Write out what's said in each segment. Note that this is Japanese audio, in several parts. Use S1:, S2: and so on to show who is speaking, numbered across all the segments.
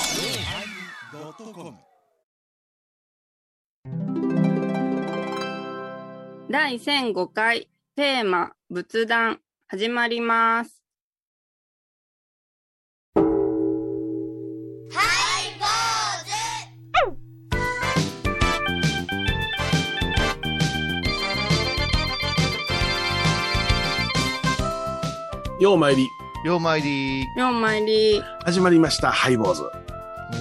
S1: yosmir
S2: 第1005回テーマ仏壇始まります。
S3: ようまいり
S4: 両参り。
S2: ようまいり、
S3: 始まりましたハイボーズ
S4: お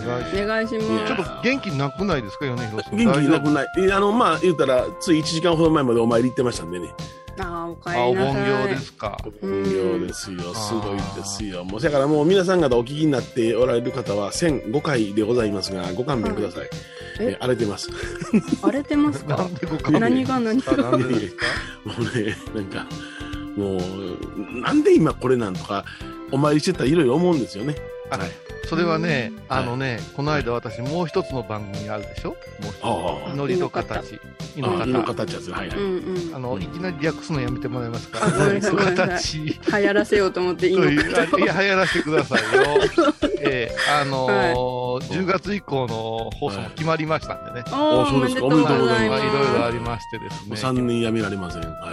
S4: 願いし
S2: お願いしま
S4: ま
S2: す
S4: すちょ。っと元気なくないですか、米広さん。
S3: 元気な
S4: 大丈
S3: くないえあのまあ言うたらつい1時間ほど前までお参り行ってましたんでね
S2: ああ、お
S4: 夫
S2: か
S4: あ、
S2: え
S4: お
S2: りな
S4: 盆
S2: さ
S4: 業
S2: い
S4: で。すか。
S2: うん
S3: ようですよすごいですよもうだからもう皆さん方お聞きになっておられる方は1005回でございますがご勘弁ください、
S2: い
S3: え荒れてます
S2: 荒れてます
S4: な
S2: か
S4: んでご勘弁
S2: 何が何
S4: あ
S2: が。
S4: なんでですか。
S3: もうねなんかもうなんで今これなんとかお参りしてたらいろいろ思うんですよね
S4: あ
S3: はい
S4: それはね、
S3: はい
S4: あのね、この間私もう一つの番組あるでしょ。もう
S3: ああ
S4: 一つ。のりと形。い
S3: あ
S4: の
S3: の
S4: 形。
S3: 形ですはいは
S2: う
S3: い、
S2: んう
S4: あ
S2: ん。
S4: の、いきなり略すのやめてもらえますか。
S2: あごめんなさい
S4: の形。
S2: 流行らせようと思っていい
S4: と
S2: の
S4: いう
S2: かと。
S4: あいや流行らせてくださいよ。ええあのー10月以降の放送も決まりましたんでね。
S2: おー
S3: あそ
S2: お
S3: う
S2: め
S3: です
S2: で
S3: か
S2: とうございま
S4: まあ
S2: す。
S4: いろいろありましてです
S3: もう
S4: ね。
S3: 3年やめられませんは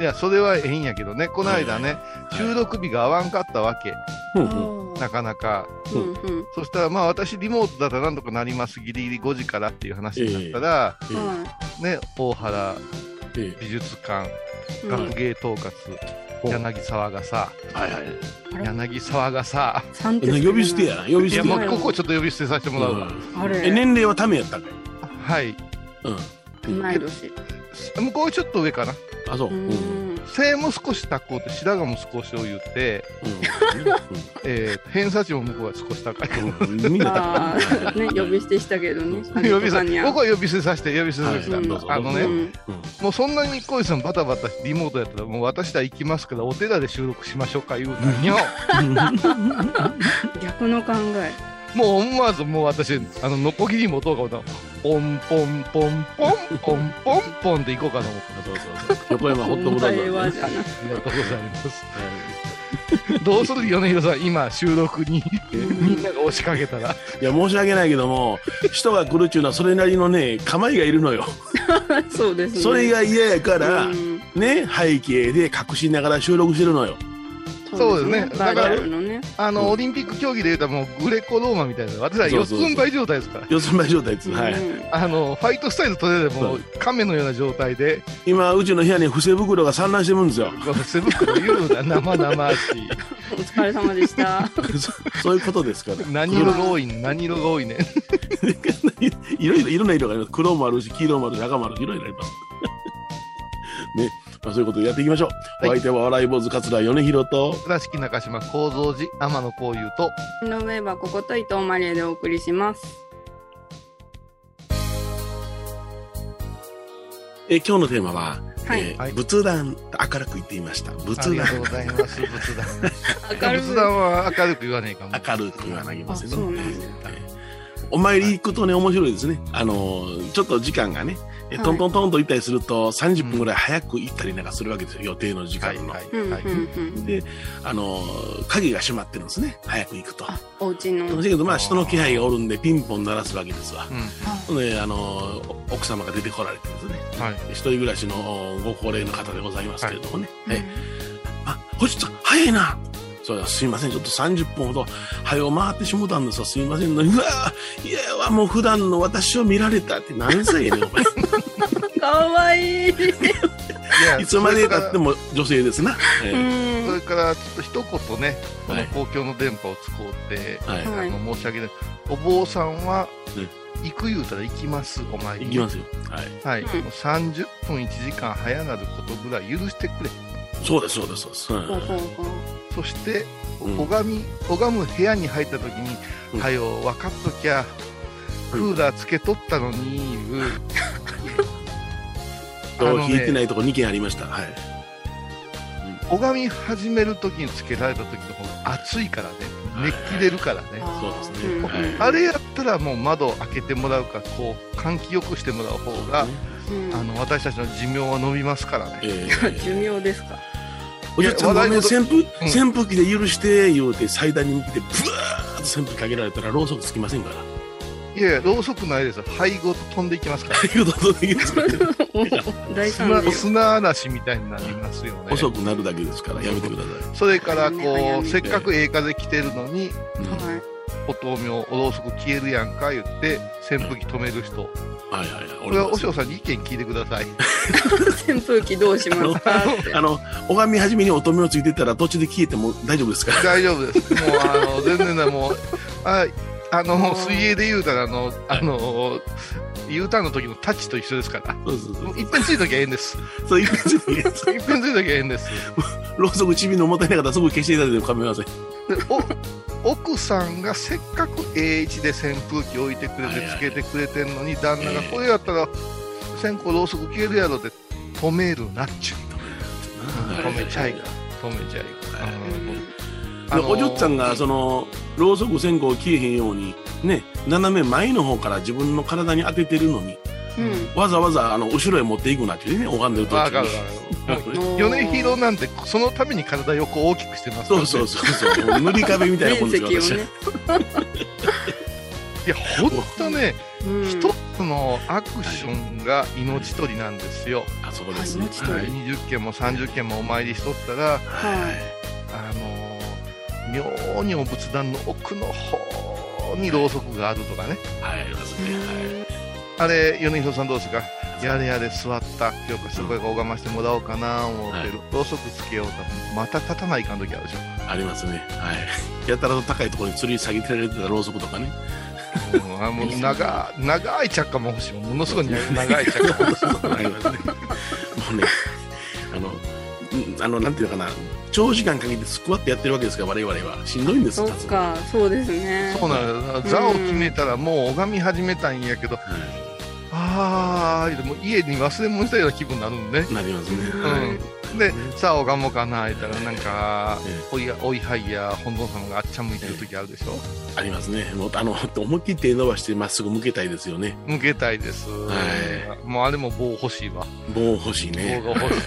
S3: い
S4: や、それはええんやけどね、この間ね、
S3: い
S4: 収録日が合わんかったわけ、
S3: い、う
S2: あ
S3: んうん
S2: ー
S4: なかなか。
S2: うんうん
S4: そしたら、まあ私、リモートだったらなんとかなります、ギリギリ5時からっていう話になったら、
S3: ええ
S2: は
S4: ね、大原
S3: ええ
S4: 美術館、
S2: いうん
S4: 学芸統括、
S3: うん
S4: 柳沢がさ、
S3: はいはい
S2: あれ
S4: 柳沢がさ、
S2: さんってつけてない
S3: 呼び捨てやな呼び
S4: い
S3: 捨
S4: や、
S3: て
S4: も
S3: や
S4: う
S3: な
S4: ここちょっと呼び捨てさせてもらうわ。
S2: あれ
S3: え年齢はためやったんかい
S4: はい。
S3: うん
S2: 同い年。
S4: 向こうちょっと上かな。
S3: あそう
S2: う
S3: うん
S2: ん。
S4: 背も少し高うて、白髪も少しを言って、
S3: う
S4: えー偏差値も向こうは少し高い。
S3: んうんみんな
S2: ああ、ね、呼び捨てしたけどね。
S4: 呼び捨
S2: に
S4: て、僕は呼び捨てさせて、呼び捨てさせて
S3: は。い
S2: どう
S3: ぞ
S4: あの
S3: う
S4: ね、
S2: ん
S4: もうそんなに小石さんバタバタしてリモートやったら、もう私ら行きますから、お寺で収録しましょうか言うたんよ。
S2: 逆の考え。
S4: もう思わず、もう私、あの、ノコギリ持とうか思ったのポンポンポンポンポンポンポンで行こうかと思った。
S3: そうそうそう横山ホットブラザ
S2: お前は
S3: ーズ
S2: じゃ
S3: ね
S2: ない
S4: ありがとうございます。どうする米広さん、今収録にみんなが押しかけたら。
S3: いや申し訳ないけども人が来るっちゅうのはそれなりのね構いがいるのよ
S2: そうですね。
S3: それが嫌やから
S2: うん
S3: ね背景で隠しながら収録してるのよ
S2: そうです
S4: そう
S2: ね。
S4: ですね
S2: バ
S4: だから
S2: ーチャルのね。
S4: あ
S3: うん
S4: の、オリンピック競技で言うたらもうグレコローマみたいな、私ら
S3: そう
S4: 四
S3: そ
S4: つ
S3: うそうん
S4: 這い状態ですから。
S3: 四つん這い状態です、は
S2: う
S3: い
S2: ん
S4: あの、ファイトスタイルとれでもう亀のような状態で、
S3: 今うちの部屋に伏せ袋が散乱してるんですよ
S4: この背袋言うな、生々しい。
S2: お疲れ様でした。
S3: そそういうことですから
S4: 何色が多いね何色が多いね
S3: いろいろ、いろんな色があります。黒もあるし、黄色もあるし、赤もあるし、いろいろあります。 ね。まあ、そういうことでやっていきましょう。
S4: はい
S3: お相手は笑い坊主桂米広と、
S4: 倉敷中島幸三寺天野幸雄と
S2: の上はここと伊藤マリエでお送りします。
S3: え今日のテーマは、
S2: はい
S3: え。ー
S4: はい
S3: 仏壇と明るく言っていました。
S4: あ
S3: 仏
S4: りがと
S3: 壇
S4: うございます仏壇
S2: 明るい
S4: 仏壇は明るく言わねえかも
S3: 明るくはなりません
S2: あそう
S3: ね
S2: なんですね。
S3: はいお参り行くとね、面白いですね。あのー、ちょっと時間がね、え
S2: はい
S3: トントントンと行ったりすると、30分ぐらい早く行ったりなんかするわけですよ、予定の時間
S4: はい
S3: の。
S4: はい
S2: うんうんう
S4: はい、
S2: ん。
S3: で、あのー、鍵が閉まってるんですね、早く行くと。
S2: あ、お家の。
S3: だけどまあ人の気配がおるんでピンポン鳴らすわけですわ。
S4: う
S3: ほ
S4: ん
S3: んであのお奥様が出てこられてですね
S4: はい、
S3: 一人暮らしのおご高齢の方でございますけれどもね「
S2: うん
S3: えあ星さん早いな!」そうすいませんちょっと30分ほど早う回ってしもたんですわすいませんのにうわーいやわもう普段の私を見られたって何歳やねんお前
S2: かわいい。
S4: い や
S3: いつまで
S4: それか
S3: た
S4: ら
S3: っても女性ですな、え
S2: う
S3: え
S4: そ
S2: ん。
S4: れからちょっと一言ねこ
S3: は
S4: の
S3: い
S4: 公共の電波を使おうって、
S3: はい
S2: は
S4: あの申し訳ないお坊さんは
S3: ね
S4: 行く言うたら行きますお参り
S3: 行きますすよはい
S4: はい、
S2: うん
S4: もう30分1時間早なることぐらい許してくれ
S3: そうですそうですそうです、うん
S2: ほうほうほう。
S4: そして
S3: うん
S4: 拝み拝む部屋に入った時に「
S3: うん
S4: はよ分かっときゃクーラーつけとったのに」いう
S3: 今
S4: あの
S3: 日
S4: ね
S3: 引いてないとこ2件ありましたはい
S4: 拝み始める時につけられた時の方が暑いからね熱気出るからね
S2: あー
S3: そうですねはい
S4: あれやったらもう窓を開けてもらうかこう換気よくしてもらう方が、
S2: うんうん
S4: あの私たちの寿命は伸びますからね
S3: ええ
S2: 寿命ですか。
S3: おじっちゃん
S4: いや
S3: ごめん、
S4: 話題
S3: 扇風、
S4: う
S3: 扇風機で許して、言うて、祭壇に向けて、ブワーッと扇風機かけられたら、ろうそくつきません から。
S4: いやいや、ろうそくないです。灰ごと飛んでいきま すから。
S3: ということで、
S2: お大惨
S4: 砂
S2: 事
S4: 砂嵐みたいになりますよね。
S3: 遅くなるだけですから、やめてくださ
S4: それか
S2: 早
S4: らこ
S2: め
S4: う、
S2: に
S4: せっかくええ風来てるのに、
S3: い。うん
S2: はい
S4: お灯明、おろうそく消えるやんか言って、扇風機止める人。
S3: はいはいはい。
S4: こ
S3: 俺
S4: れは
S3: も
S4: おしょうさんに意見聞いてください。
S2: 扇風機どうしますかって
S3: あの、拝み始めに乙女をついてたら、途中で消えても大丈夫ですから。
S4: 大丈夫です。もう、あの、全然だ、もう、あ、あの、水泳で言うたら、あの、あの、U ターンの時のタッチと一緒ですから。
S3: そうそうそ
S4: も
S3: う
S4: う。いっぺんついときゃええんです。
S3: そういう感じで、
S4: いっぺんついときゃええんです。
S3: ろうそくちびのもったいなかったらすぐ消していただいても構いません。
S4: でお奥さんがせっかく A1 で扇風機置いてくれ
S3: はい
S4: て
S3: はい
S4: つけてくれてんのに旦那が
S3: ええ
S4: これやったら線香ろうそく消えるやろって止めるなっちゅう
S3: は
S4: 止めちゃいか
S3: で
S4: 止めちゃいかん、
S3: お嬢ちゃんが、
S4: の
S3: その、ろうそく線香を消えへんように、ね、斜め前の方から自分の体に当ててるの
S2: う
S3: に、
S2: ん
S3: わざわざ、あの、後ろへ持っていくなっていうね、拝んでる時
S4: わかる
S3: に。
S4: わかるもう米広なんてそのために体横大きくしてますか
S3: そ
S4: ら
S3: う
S4: ね
S3: そうそうそう。もう塗り壁みたいなもん
S2: 面
S3: ですよ、
S2: 積を
S3: 私は
S2: ね、
S4: いやほんとね
S2: うん
S4: 一つのアクションが命取りなんですよ、
S3: あそこですね。
S2: はい
S3: はい
S4: 20件も30件もお参りしとった
S2: は
S4: ら
S2: い
S4: あのー妙にお仏壇の奥の方にろうそくがあるとかね、
S3: はい、ありますね。はい。
S4: あれ、米広さんどうですか、やれやれ座った、よくそこへ拝ましてもらおうかな思ってる、ろうそくつけようと、また立たないかん時あるでし
S3: ありますね。はい。やたらと高いところに吊り下げてられてたろうそくとかね。
S4: ょ、うんあもう長長い着火も欲しい、ものすごい長い着火も欲しい。
S3: ありますね。もうね、あの、うんあの、なんていうのかな、長時間かけてスクワットやってるわけですから、我々は。しんどいんです
S2: そっ。かそうですね
S4: そうなの座を決めたらもう拝み始めたんやけど、
S3: は
S4: あー、でも家に忘れ物したような気分になるんでね。
S3: い。なりますね。
S2: うん
S3: はい。
S4: で、さあ拝もうかな、言ったら、なんか
S3: え、
S4: おいや、おいはいや、本尊様があっちゃ向いてる時あるでしょ
S3: ありますね。もう、あの、思いっきり手伸ばしてまっすぐ向けたいですよね。
S4: 向けたいです。
S3: は
S4: もうあれも棒欲しいわ。
S3: 棒欲しいね。
S4: 棒が欲しい。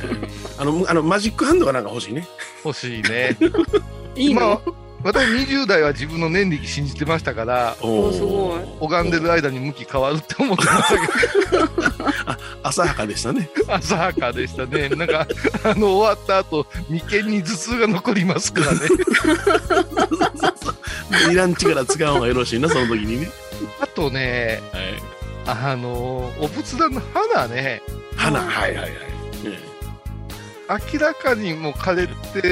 S3: あの、あの、マジックハンドがなんか欲しいね。
S4: 欲しいね。
S2: いい
S4: まあ
S2: の、
S4: 私20代は自分の念力信じてましたから、
S3: お
S2: おすごい
S4: 拝んでる間に向き変わるって思ってましたけ
S3: 浅はかでしたね。
S4: ど、浅はかでしたね。なんか、あの、終わった後、眉間に頭痛が残りま すからね。
S3: いらん力使う方がよろしいな、その時にね。
S4: あとね、
S3: はい。
S4: あの、お仏壇の花ね、
S3: 花、
S2: うん
S3: はいはいはい。ね
S4: 明らかにもう枯れて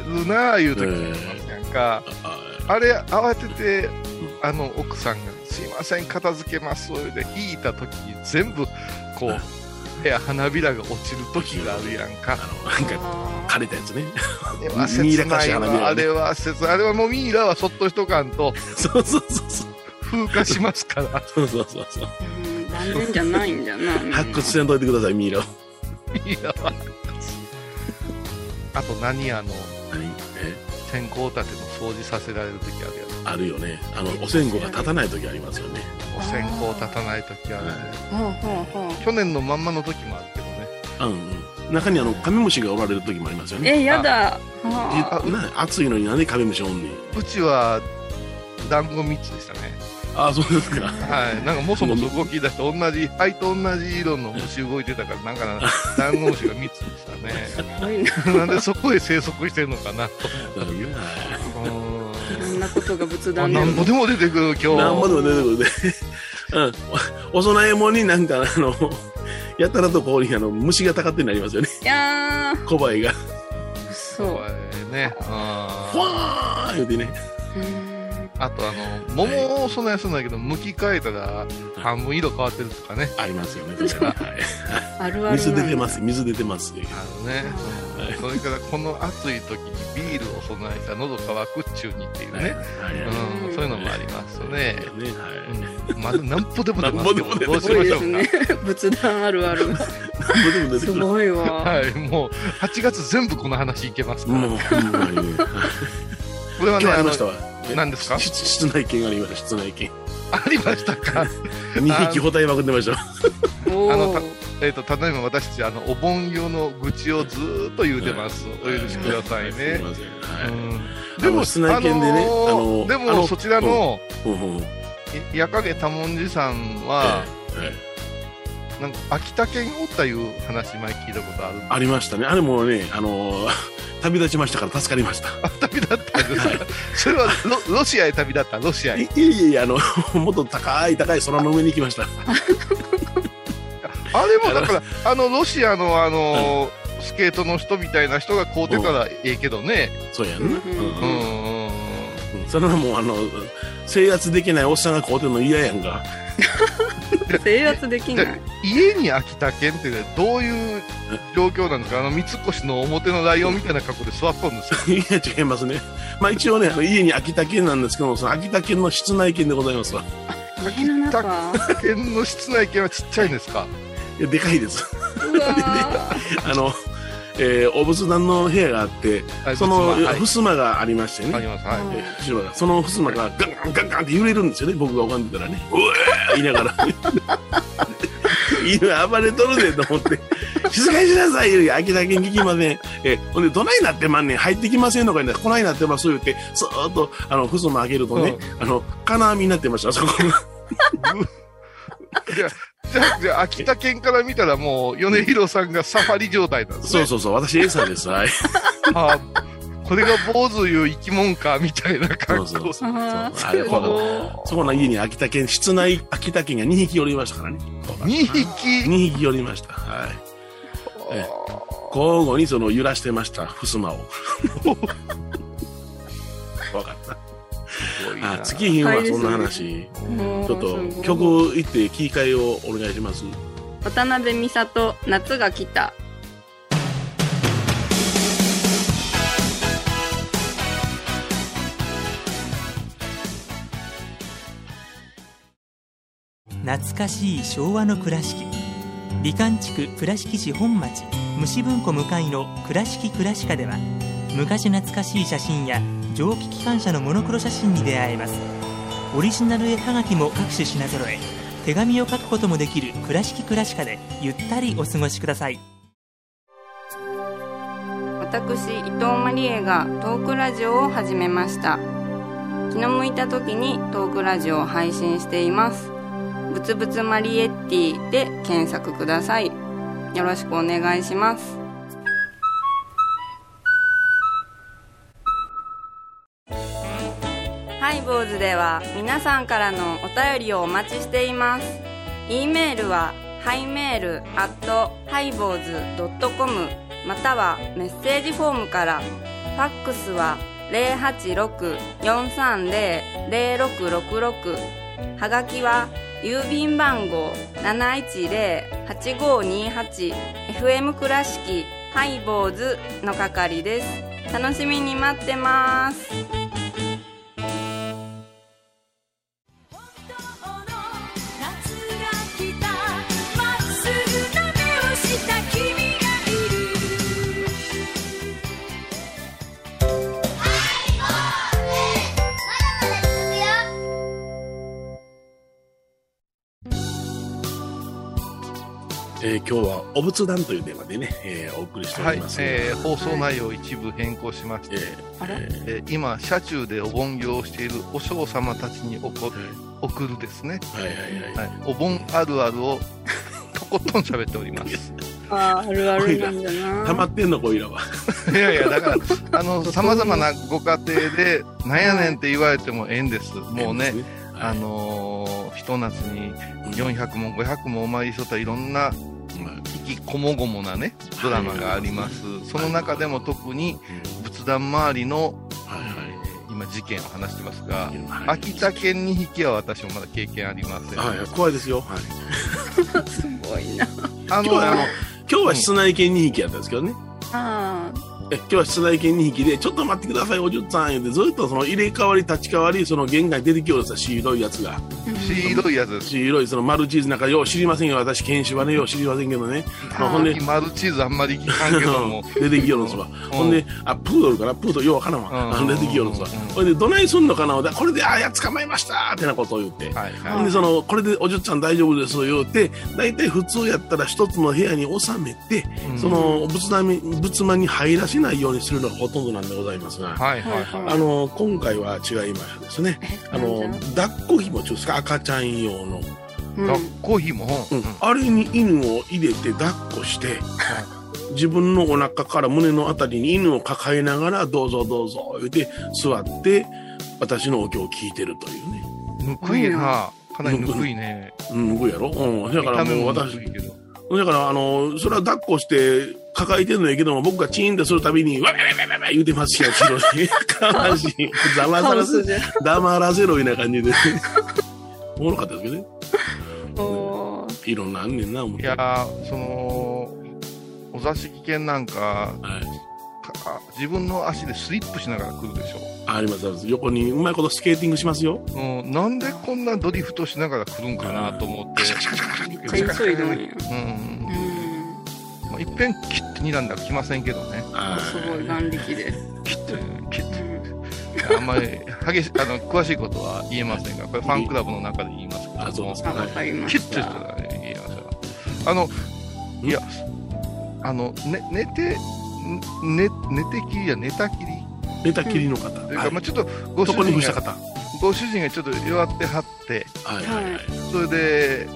S4: るなあいう時になんか、
S3: あ
S4: あれ慌ててあの奥さんが「すいません片付けます」で引いた時に全部こ
S3: あ
S4: う手や花びらが落ちる時があるやんか
S3: あの、なんか、
S2: あ
S3: 枯れたやつね。
S4: あれは
S3: ミイ
S4: 切
S3: ラか
S4: な
S3: し
S4: い
S3: 花びらね
S4: わあれは切ないあれはもうミイラはそっとしとかんと
S3: そうそうそうそう。
S4: 風化しますから
S3: そうそうそうそう。
S2: ーうん断然じゃないんじゃないみんな
S3: 発掘せんといてください、ミイラを。
S4: ミイラはあと何あの
S3: え
S4: 線香立ての掃除させられる時あるや
S3: あるよね。あの、お線香が立たない時ありますよね。
S4: んお線香立たない時あるね
S2: ほうほうほう
S4: 去年のまんまの時もあるけどね
S3: うんうん。中にあの、カメムシがおられる時もありますよね。
S2: えやだ
S3: い
S2: は
S3: やな暑いのになんでカメムシおんねん。
S4: うちは団子3つでしたね
S3: ああ、そうです か。
S4: はい、なんかもそもそ動き出して同じ灰と同じ色の虫動いてたからなんか なダンゴムシが3つでしたね
S2: あすごいな
S4: なんでそこへ生息してるのかな
S3: なるほどな
S2: あんなことが仏
S4: あ
S2: 壇で
S4: なんぼでも出てくる今日
S3: なんぼでも出てくるね。 うん。おお供え物になんか、あの、やたらとここにあの虫がたかってなりますよね。
S2: いや
S3: コバエが。
S2: ーそ
S4: こ
S2: う
S4: れねあ
S3: ふ
S4: ー
S3: わー言うてね。
S2: うん
S4: あとあの桃をそんなやすんだけど剥き替えたら半分色変わってるとかね
S3: ありますよね。それははい
S2: あるある
S3: 水出てますす。水出てます。
S4: あのね
S3: はい
S4: それからこの暑い時にビールを備えた喉乾くっちゅうにっていう
S3: はい
S4: ね、
S3: はいはい
S4: うん、そういうのもありますね
S3: ねはい。
S4: うんまだなんぼでも出
S3: な
S4: ますけど
S3: んぼで
S4: ど
S3: も
S4: う
S3: 出
S4: して
S2: す
S4: ま
S2: ごい
S4: し
S2: で
S4: ょ
S2: す
S4: うか
S2: ね仏壇あるあ る
S3: なんぼでも出て
S2: す
S3: くる。も
S2: ごいわ
S4: はい、もう8月全部この話いけますから、
S3: う、ほんまにね。
S4: これはね、
S3: 今日あ
S4: あ
S3: り
S4: の
S3: ましたわ。え
S4: 何ですか
S3: し室内犬ありました、室内犬。
S4: ありましたか、
S3: 2匹包帯まくってましたわ。
S2: お
S4: あの
S2: お
S4: たえっ、と、ただいま私たち、あの、お盆用の愚痴をずーっと言うてます。お許しください
S3: はす
S4: ね
S3: み。ません。
S4: う
S3: は
S4: ん
S3: あの室内犬でね
S4: ー
S3: あの
S4: で
S3: あ
S4: も、
S3: の
S4: そちらの、
S3: い。うんうん。
S4: い矢影多文字さんは、
S3: ええええ
S4: なんか秋田県おったいう話前聞いたことある んで
S3: ありましたね。あれもね、あのー旅立ちましたから助かりました。
S4: 旅立ったんですかそれはロロシアへ旅立ったロシア
S3: い
S4: へ
S3: いえいえいえ、あの、 もっと高い高い空の上に行きました。
S4: あれもだからあのロシアのあのスケートの人みたいな人が買うてたらええけどね
S3: そうやんな。
S2: うんう
S4: う
S2: ん
S4: うんうん
S3: うんそれはもう、あの、制圧できないおっさんが買うてんの嫌やんか。
S2: 制圧できない。
S4: 家に秋田県ってどういう状況なんですかあの三越の表のライオンみたいな格好で座っとるんですよ
S3: いや、違いますね。まあ一応ね、あの家に秋田県なんですけども、その秋田県の室内県でございますわ。
S2: 家の中。
S4: 秋田県の室内犬はちっちゃいんですか
S3: いや、でかいです。
S2: うわー
S3: あの、えー、お仏壇の部屋があって、
S4: はい
S3: その
S4: 実ははい
S3: 襖がありましてね。
S4: ありますはい
S2: うん
S3: えー白がその襖がガンガンガンガンって揺れるんですよね僕が拝んでたらね「うえー!」言いながら犬暴れとるでと思って「静かにしなさい」言うて「秋田県聞きません」えーほんで「どないなってまんねん入ってきませんのかいな来ないなってます」言うてそーっとあの襖開けるとね、あの金網になってましたそこが
S4: じゃあじゃあじゃあ秋田県から見たらもう米広さんがサファリ状態なんです
S3: そ
S4: ね
S3: うそうそう私 A さんですはい
S4: あこれが坊主いう生き物かみたいな感じ
S3: そうそう
S2: そうあー
S3: あれほ
S4: そう
S3: どそこの家に秋田県室内秋田県が2匹おりましたからね
S4: 2匹
S3: 2匹おりましたはいええ交互にその揺らしてました襖をわかったあ月日はそんな話、
S2: もう
S3: ちょっ
S2: すご
S3: と
S2: い
S3: 曲行って切り替えをお願いします
S2: 渡辺美里、夏が来た。
S1: 懐かしい昭和の倉敷美観地区倉敷市本町虫文庫向かいの「倉敷倉歯科」では昔懐かしい写真や蒸気機関車のモノクロ写真に出会えますオリジナル絵はがきも各種品揃え手紙を書くこともできる「倉敷倉歯科」でゆったりお過ごしください
S2: 私伊藤マリエがトークラジオを始めました気の向いた時にトークラジオを配信していますぶつぶつマリエッティで検索くださいよろしくお願いしますハイボーズでは皆さんからのお便りをお待ちしています e メールはハイメールアットハイボーズドットコムまたはメッセージフォームからファックスは086-430-0666はがきは郵便番号 710-8528FM 倉敷ハイボーズの係です楽しみに待ってます
S5: 本当の夏が来たまっすぐな目をした君がいる
S3: えー今日はお仏壇というテーマでね、えーお送りしてお
S4: はい
S3: ります、
S4: えー放送内容を一部変更しまして、
S3: えー
S2: あれ
S3: えー
S4: えー今車中でお盆行をしているお嬢様たちにおこ送るですね、
S3: はいはいはい、
S4: はい、お盆あるあるをとことん喋っております
S2: ああるあ
S3: る
S2: る
S3: な
S2: なんんだな
S3: 溜まってんのこいらは
S4: いやいやだからあのさまざまなご家庭で「なんやねん」って言われてもええんですもうねあ
S3: あの、
S4: のー、ひと夏
S3: う
S4: に
S3: ん
S4: 400も500もお参りしとったいろんな
S3: まあうん
S4: 意気こもごもなねドラマがありますその中でも特に仏壇周りの
S3: はいはい
S4: 今事件を話してますが
S3: はい
S4: 秋田県に引きは私もまだ経験ありません、
S3: はいはい怖いですよ、はい、
S2: すごいな
S4: あ
S3: 今日
S4: の
S3: は今日は室内犬2匹やったんですけどね、
S2: ああ
S3: え今日は室内犬2匹で、ちょっと待ってください、おじゅっさん、言うて、ずっとその入れ替わり、立ち替わり、その玄関に出てきようですよ、白いやつが。
S4: 白いやつです。
S3: 白い、そのマルチーズなんか、よう知りませんよ、私、犬種はね、よう知りませんけどね。まあ、ほんで、
S4: マルチーズあんまり聞かんけども。
S3: 出てきよるんですわ。ほんで、あ、プードルかな、プードル、ようわからん
S4: うん
S3: わ。あの出てきよるんですわ
S4: うん。
S3: ほんで、どないすんのかな、ほんでこれで、あ、やっ捕まえましたーってなことを言って。
S4: はいはい
S3: ほんで、その、これでおじゅっちゃん大丈夫です、言うて、大体普通やったら一つの部屋に収めて、
S4: うん
S3: その、仏壇に、仏間に入らせないようにするのがほとんどなんでございますが、
S4: はいはいは
S3: あの、今回は違いましたですね。あの、抱っこ紐ちゅうんですか、赤ちゃん用の。
S2: う
S4: い。
S2: ん
S4: 学校費も。
S3: うんあれに犬を入れて抱っこして、自分のお腹から胸のあたりに犬を抱えながら、どうぞどうぞ、言うて、座って、私のお経を聞いてるというね。
S4: ぬくいな。かなりぬくいね。
S3: うん、僕やろうん。だから
S4: 見た
S3: もう
S4: 目も
S3: 私
S4: ぬ、くいけど。
S3: だから、あの、それは抱っこして、抱えてんのやけども、僕がチーンってするたびに、わべべべべべ言うてますよ、後ろに。かましい。黙
S2: カ
S3: ら
S2: オ
S3: せ
S2: ス
S3: ろ、
S2: じゃん
S3: 黙らせろ、いな感じで。おもろかったですけどね。
S2: おー
S3: いろんなあんねんな、思っ
S4: い
S3: て。
S4: や
S3: は
S4: ー、その、お座敷犬なんか、
S3: い。
S4: か自分の足でスリップしながら来るでしょ。
S3: あります、あります。横にうまいことスケーティングしますよ。
S4: うん、なんでこんなドリフトしながら来るんかなと思って。
S2: めっちゃ急いどんや
S4: うん
S2: う。ん
S4: まあ、いっぺん切って睨んだら来ませんけどね。
S3: あ
S2: すごい眼力です
S4: 切って、切っ
S2: う
S4: て。
S2: ん
S4: あんまり激しあの詳しいことは言えませんが、これファンクラブの中で言いますけども、
S3: あそうです
S2: あわかりま
S4: キュッ
S2: し
S4: とした
S2: た
S4: ら言えません。あの、いや、あの、ね、寝て、ね、寝てきりや寝たきり
S3: 寝たきりの方。
S4: というか、
S3: はい
S4: まあちょっとご主
S3: そこに
S4: 人
S3: 伏した
S4: が、
S3: 方。は
S4: ご主人がちょっと弱ってはって、
S3: いはいはい。
S4: それで、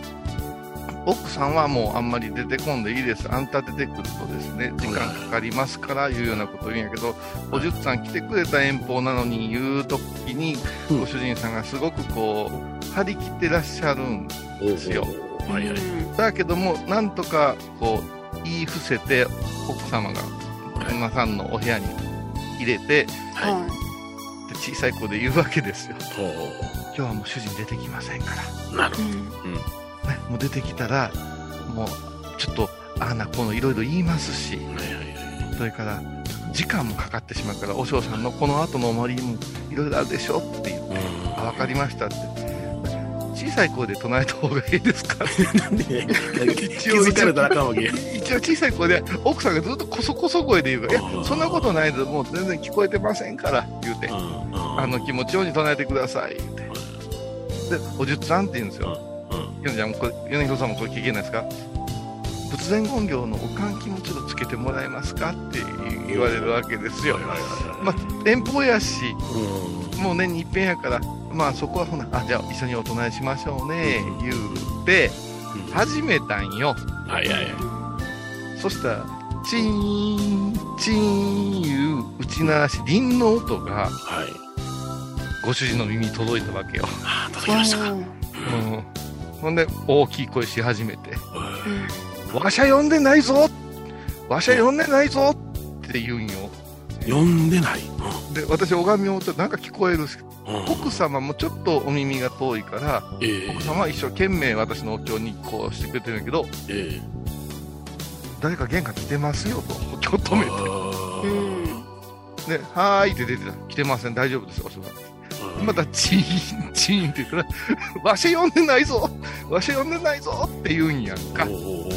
S4: 奥さんはもうあんまり出てこんでいいです、あんた出てくるとですね、時間かかりますからいうようなことを言うんやけど、おじゅっさん来てくれた遠方なのに言うときに、
S3: うん
S4: ご主人さんがすごくこう、張り切ってらっしゃるん
S3: おう
S4: すよ
S3: おうはいはい。
S4: だけども、なんとかこう、言い伏せて、奥様が旦那さんのお部屋に入れて、で
S3: はい。
S4: 小さい子で言うわけですよ。
S3: おう
S4: 今日はもう主人出てきませんから。
S3: おうなるほ
S4: ね もう出てきたら、もうちょっと、ああなこうのいろいろ言いますし、
S3: ど。はいはいはい。
S4: それから、時間もかかってしまうから、お嬢さんのこの後の終わりもいろいろあるでしょって言う
S3: うん
S4: あ、わかりましたって。小さい声で唱えた方がいいですか って。
S3: なんで気づかれたらあかんわけや。
S4: 一応小さい声で、奥さんがずっとこそこそ声で言うから、い
S3: あ
S4: や、
S3: ー
S4: そんなことないです。もう全然聞こえてませんから、言うて。あ
S3: あ
S4: の気持ちように唱えてください、言うて。で、おじゅっさんって言うんですよ。ヨネちゃんもこれ、ヨネヒロさんもこれ聞けないですか仏前言行のお換気もちょっとつけてもらえますかって言われるわけですよ。まあ、遠方やし、もう年に一遍やから、まあそこはほな、あ、じゃあ一緒にお唱えしましょうね、言うて、始めたんよ。
S3: はいはいはい。
S4: そしたら、チーン、チーンいう打ち鳴らし、輪の音が
S3: はい。
S4: ご主人の耳に届いたわけよ。
S3: あー、届きましたか。
S4: うん。ほんで、大きい声し始めて、
S3: は
S4: わしゃ呼んでないぞわしゃ呼んでないぞって言うんよ。
S3: い呼んでない。
S4: で、私、拝みをってなんか聞こえるし
S3: うんうん
S4: 奥様もちょっとお耳が遠いから、
S3: ええ
S4: 奥様は一生懸命私のお経にこうしてくれてるんやけど、
S3: ええ
S4: 誰か玄関来てますよと、お経止
S3: あ
S4: め
S3: ー
S2: うん
S4: て、ね、はーいって出てた。来てません、大丈夫です、お嬢さ
S3: うん
S4: ん。またチーン、チーンって言ったら、 わし呼んでないぞわし呼んでないぞって言うんやんか。い
S3: おうおうおう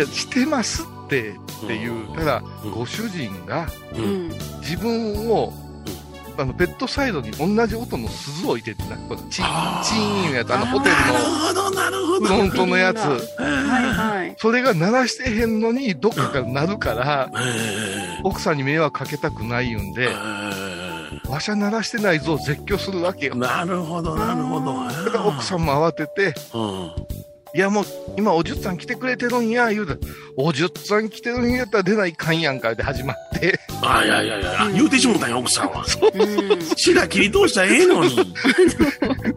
S4: や、してますって、って言うたら
S3: うん、
S4: ご主人が
S3: う
S2: うんん
S4: 自分を、あの、ベッドサイドに同じ音の鈴を置いてってな、このチーン、
S3: あー
S4: チーンやつ、あの、ホテ
S3: なる
S4: ル
S3: ほど、なるほ
S4: の
S3: ど。
S4: フロントのやつ。
S2: はいはい
S4: それが鳴らしてへんのに、どっかから鳴るから、
S3: え
S4: 奥さんに迷惑かけたくない言うん
S3: え
S4: で、わしゃ鳴らしてないぞ、絶叫するわけよ。
S3: なるほど、なるほど。
S4: だから奥さんも慌てて、
S3: うん。
S4: いやもう、今おじゅっさん来てくれてるんや、言うて、おじゅっさん来てるんやったら出ないかんやんか、で始まって、
S3: あ、いやいやいや、言うてしもたんよ、奥さんは。
S2: うん
S3: 白切り通したらええのに。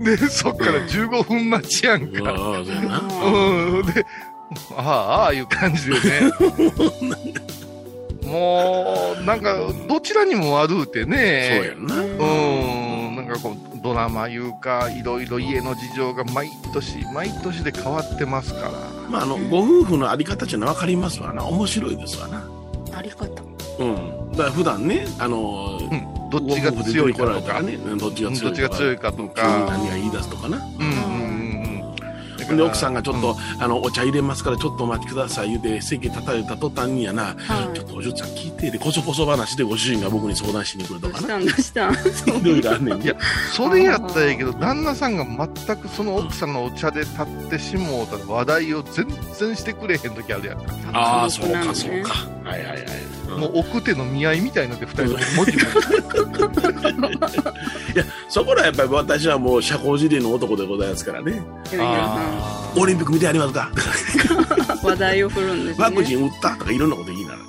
S4: で、そっから15分待ちやん
S3: う
S4: か。
S3: わそうやな
S4: うん、で、ああ、ああいう感じでね。もう、なんか、どちらにも悪うてね。
S3: そうやんな。
S4: うーん、なんかこう、ドラマいうか、いろいろ家の事情が毎年、毎年で変わってますから。
S3: まあ、あの、ご夫婦のあり方っていうのは分かりますわな。面白いですわな。
S2: ありがとう
S3: うん。だから普段ね、あのー、
S4: うん、どっちが強いかとか、
S3: ウォーホルで出てこられたらね、うんどっち
S4: う
S3: が
S4: ん
S3: 強
S4: ど
S3: い
S4: っちが強いかと
S3: 急に
S4: か、
S3: 何が言い出すとかな。
S4: うんうんうんうんだから
S3: で、奥さんがちょっと、あの、お茶入れますからちょっとお待ちください言うて、席立たれた途端にやな、
S2: はい
S3: ちょっとお嬢ちゃん聞いて、で、こそこそ話でご主人が僕に相談しに来る
S2: ど
S3: と
S2: う
S3: か
S2: し
S3: な。
S2: たんどうしたん
S3: いろいろあんねん
S4: いやそれやったらいいけど旦那さんが全くその奥さんのお茶で立ってしもうたら話題を全然してくれへん時あるやんか
S3: ああ、
S2: 孤
S3: そう
S2: 独なの
S3: か、
S2: ね
S3: そうか。はいはいはい。うん
S4: もう奥手の見合いみたいので2人とも文字 も
S3: いや、そこらやっぱり私はもう社交辞令の男でございますからね。
S2: 柳原
S3: オリンピック見てありますか
S2: さん話題を振るんですね
S3: ワクチン打ったとかいろんなこと言いながら。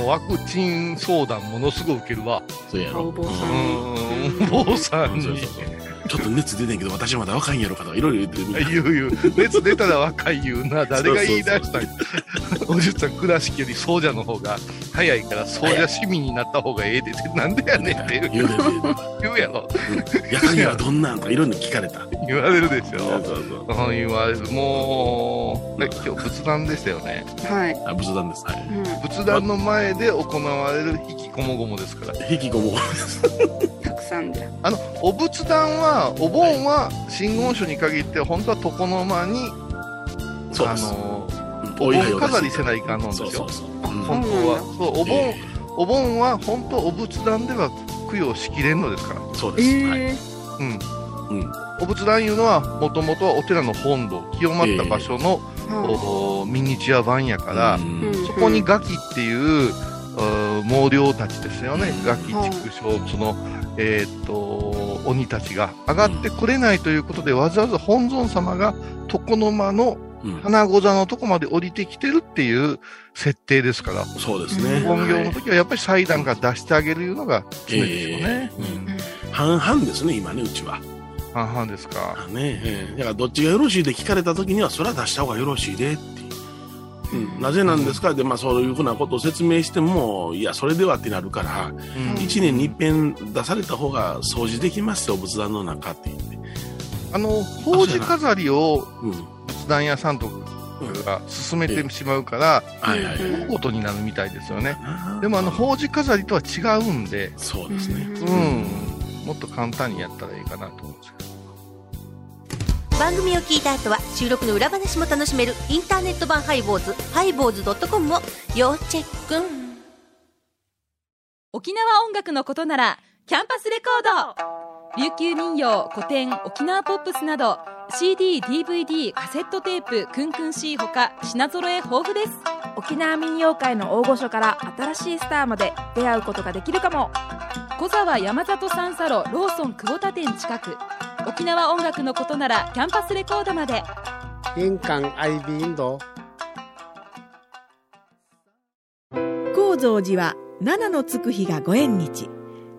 S4: もうワクチン相談ものすごい受けるわ
S3: そうや
S2: あお坊さ
S4: うんんお坊さんに
S3: そうそうそうちょっと熱出てんけど私まだ若いんやろかとかいろいろ言ってみんな
S4: 言う言う熱出たら若い言うな誰が言い出したんおじゅっちゃん倉敷より総者の方が早いから総者市民になった方がええでってなんでやねんって
S3: 言うてる
S4: 言うやろ
S3: 夜間にはどんなんとかいろいろ聞かれた。
S4: 言われるでし
S3: そ
S4: ょ
S3: うそうそう。
S4: うん言われるもうで今日仏壇でしたよね
S2: はい、
S3: あ、仏壇です。は
S2: う
S4: 仏壇の前で行われる引きこもごもですから
S3: い。引きこもごもです。
S2: ん、たくさんで
S4: あのお仏壇はお盆は真言書に限って本当は床の間に
S3: そう
S4: あ
S3: です。
S4: の
S3: うんお祝いを出
S4: お盆飾りせないかんのんですよ
S3: そうそうそう。
S4: 本当はそうお盆、
S3: え
S4: お盆は本当お仏壇では供養しきれんのですから、
S3: うんそうです。はい。
S2: え
S4: うん、
S3: うん。
S4: お仏壇いうのはもともとはお寺の本堂清まった場所の、
S2: ーは
S4: おミニチュア版やから、
S3: うん
S2: うん
S4: そこにガキっていう、うん毛量たちですよね、
S3: うん
S4: ガキ畜生その、えーっと鬼たちが上がってこれないということで、わざわざ本尊様が床の間の
S3: うん
S4: 花子座のとこまで降りてきてるっていう設定ですから
S3: そうですね。
S4: 本業
S3: はい
S4: の時はやっぱり祭壇から出してあげるいうのが常でしょうね、
S3: ええうん
S4: うん
S3: 半々ですね、今ね、うちは。
S4: 半々ですか
S3: ねええだからどっちがよろしいで聞かれた時にはそれは出した方がよろしいでっていう、うん、なぜなんですかでまあそういうふうなことを説明してもいやそれではってなるから
S4: うん
S3: 1年に一遍出された方が掃除できますよ仏壇の中って言って、
S4: あの法事飾りを
S3: うん、
S4: 仏壇屋さんとかが進めてしまうから
S3: はいはいはい
S4: 大事になるみたいですよね
S3: なあ
S4: でもあの法事飾りとは違うんで、
S3: そうですね、
S4: うん、もっと簡単にやったらいいかなと思うんですけど。
S6: 番組を聞いた後は収録の裏話も楽しめるインターネット版ハイボーズハイボーズドットコムを要チェック
S7: 沖縄音楽のことならキャンパスレコード琉球民謡古典沖縄ポップスなど CDDVD カセットテープクンクン C ほか品揃え豊富です
S8: 沖縄民謡界の大御所から新しいスターまで出会うことができるかも
S7: 小沢山里三佐路ローソン久保田店近く沖縄音楽のことならキャンパスレコードまで
S9: 玄関アイビーインド
S10: 高蔵寺は七のつく日がご縁日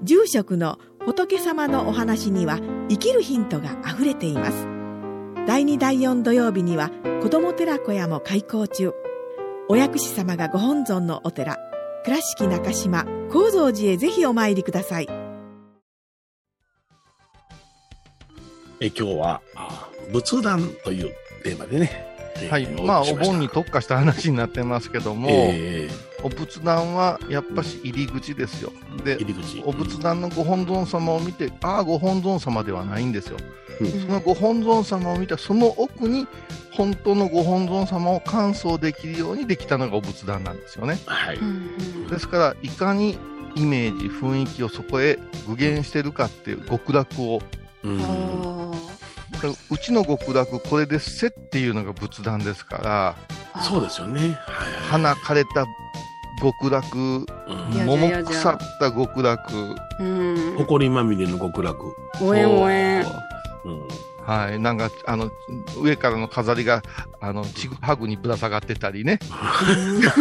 S10: 住職の仏様のお話には生きるヒントがあふれています第2第4土曜日には子ども寺小屋も開校中お薬師様がご本尊のお寺倉敷中島・高蔵寺へぜひお参りください
S3: え今日はあ仏壇というテーマでね、えー
S4: はい、
S3: お送り
S4: まあ
S3: し
S4: お
S3: した
S4: 盆に特化した話になってますけども、
S3: え
S4: お仏壇はやっぱし入り口ですよ。
S3: え
S4: で
S3: 入り口
S4: お仏壇のご本尊様を見て、ああ、ご本尊様ではないんですよ。
S3: うん
S4: そのご本尊様を見たその奥に、本当のご本尊様を感想できるようにできたのがお仏壇なんですよね。
S3: はい、
S4: ですから、いかにイメージ、雰囲気をそこへ具現してるかっていう極楽を、
S3: うん
S4: だからうちの極楽、これですせっていうのが仏壇ですから、
S3: そうですよねはい
S4: 花枯れた極楽、
S3: はい、うん
S2: やじゃ
S4: 桃
S2: やじゃ
S4: 腐った極楽、
S2: うん
S3: 埃まみれの極楽、
S2: おえんおえん
S3: うん
S4: はい、なんかあの上からの飾りがあのちぐはぐにぶら下がってたりね、
S3: あ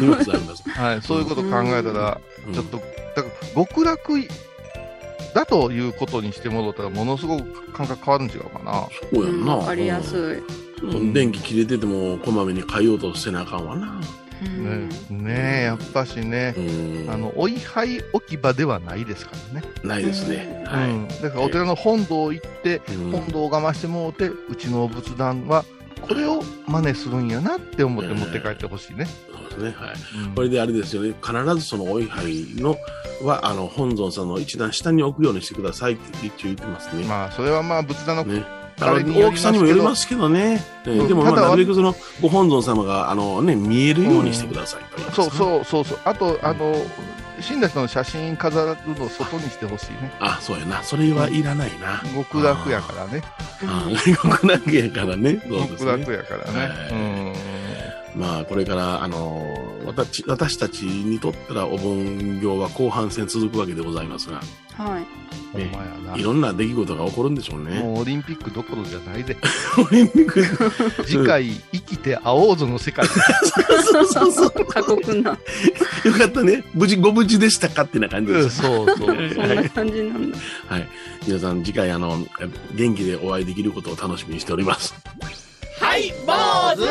S3: りますあります。
S4: はい、そういうこと考えたら、
S3: うん
S4: ちょっとだから極楽だということにして戻ったらものすごく感覚変わるん違うかな。
S3: そうやんな。
S2: わかりやすい、
S3: うん。電気切れててもこまめに変えようとせなあかんわな。
S2: うん
S4: ねねえやっぱしね
S3: う、ん。
S4: あのお位牌置き場ではないですからね、
S3: ないですね。
S4: う
S3: は
S4: ん、だからお寺の本堂行って
S3: い。うん
S4: 本堂をがましてもうてうちのお仏壇はこれを真似するんやなって思って持って帰ってほしいね。
S3: そうですね。はい。これであれですよね。必ずそのお位牌の、は、あの、本尊さんの一段下に置くようにしてくださいって一応言ってますね。
S4: まあ、それはまあ、仏壇の、
S3: ね、
S4: あれにより
S3: 大きさにもよりますけどね。
S4: うん
S3: ねでも、まあ、
S4: ただ
S3: なるべくその、ご本尊様が、あのね、見えるようにしてくださいと言いますね
S4: そうそうそうそう。あと、あの、死んだ人の写真飾るのを外にしてほしいね。
S3: あ、そうやな。それはいらないな。
S4: 極楽やからね。
S3: あー 極楽やからね。そうです
S4: 極
S3: ね。
S4: 楽やからね。
S3: まあ、これから、あのー私、私たちにとったらお盆業は後半戦続くわけでございますが、
S2: はい
S4: ほんまやな。
S3: いろんな出来事が起こるんでしょうね。
S4: もうオリンピックどころじゃないで。
S3: オ リンピック。
S4: 次回、生きて会おうぞの世界。
S3: そうそうそう。
S2: 過酷な
S3: よかったね。無事、ご無事でしたかってな感じ
S4: う
S3: で
S4: ん
S3: す。
S4: そうそう。
S2: そんな感じなんだ
S3: はい。皆さん、次回、あの、元気でお会いできることを楽しみにしております。はい、坊主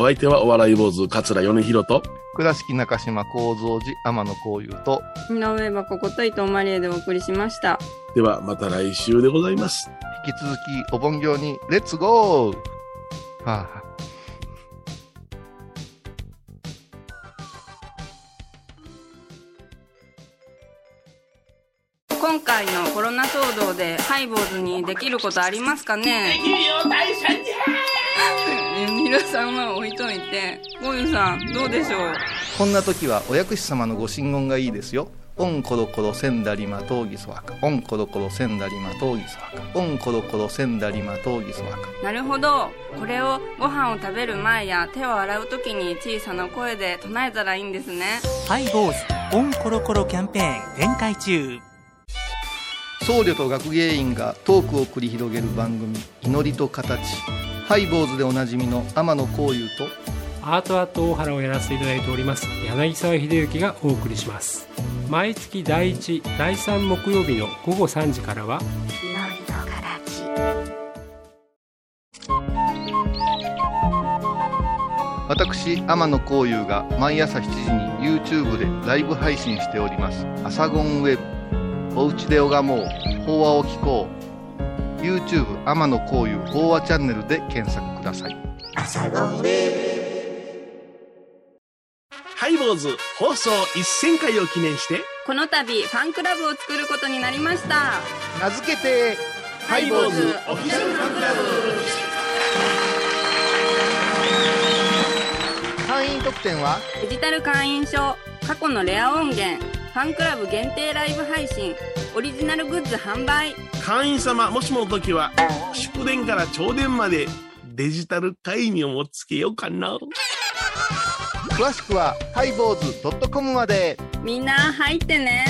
S3: お相手はお笑い坊主、桂米広と、
S4: 倉敷中島幸三寺天野幸雄と、
S2: 井上箱こと伊藤マリエでお送りしました
S3: では、また来週でございます。
S4: 引き続きお盆行にレッツゴーはあ
S2: 今回のコロナ騒動でハイボーズにできることありますかねできるよ大社にさんは置いといてゴールさんどうでしょう
S4: こんな時はお薬師様のご神言がいいですよ。オンコロコロセンダリマトウギソワカ。オンコロコロセンダリマトウギソワカ。オンコロコロセンダリマトウギソワカ。
S2: なるほどこれをご飯を食べる前や手を洗う時に小さな声で唱えたらいいんですね
S1: ハイボーズオンコロコロキャンペーン展開中
S4: 僧侶と学芸員がトークを繰り広げる番組「祈りと形」ハイボーズでおなじみの天野幸雄と
S11: アートアート大原をやらせていただいております柳沢秀幸がお送りします毎月第1第3木曜日の午後3時からは
S4: 私天野幸雄が毎朝7時に YouTube でライブ配信しております「アサゴンウェブ」「おうちで拝もう法話を聞こう」YouTube 天野幸雄法話チャンネルで検索ください
S3: ハイボーズ放送1000回を記念して、
S2: この度ファンクラブを作ることになりました
S4: 名付けて
S2: ハイボーズオフィシャル
S4: 会員特典は
S2: デジタル会員証過去のレア音源ファンクラブ限定ライブ配信オリジナルグッズ販売
S3: 会員様、もしもの時は、祝電から朝電まで、デジタル会議をもつけようかな。
S4: 詳しくはハイボーズ .com まで
S2: みんな入ってね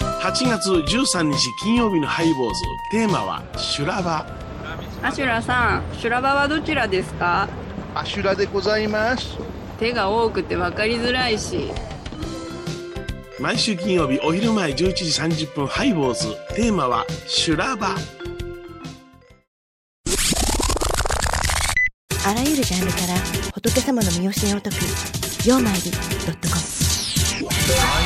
S3: 8月13日金曜日のハイボーズ、テーマは、修羅場。
S2: アシュラさん修羅場はどちらですか
S4: アシュラでございます
S2: 手が多くて分かりづらいし
S3: 毎週金曜日お昼前11時30分、ハイボーズ、テーマは、修羅場。
S6: あらゆるジャンルから仏様の身教えを解く「曜マイルドットコム」
S4: 「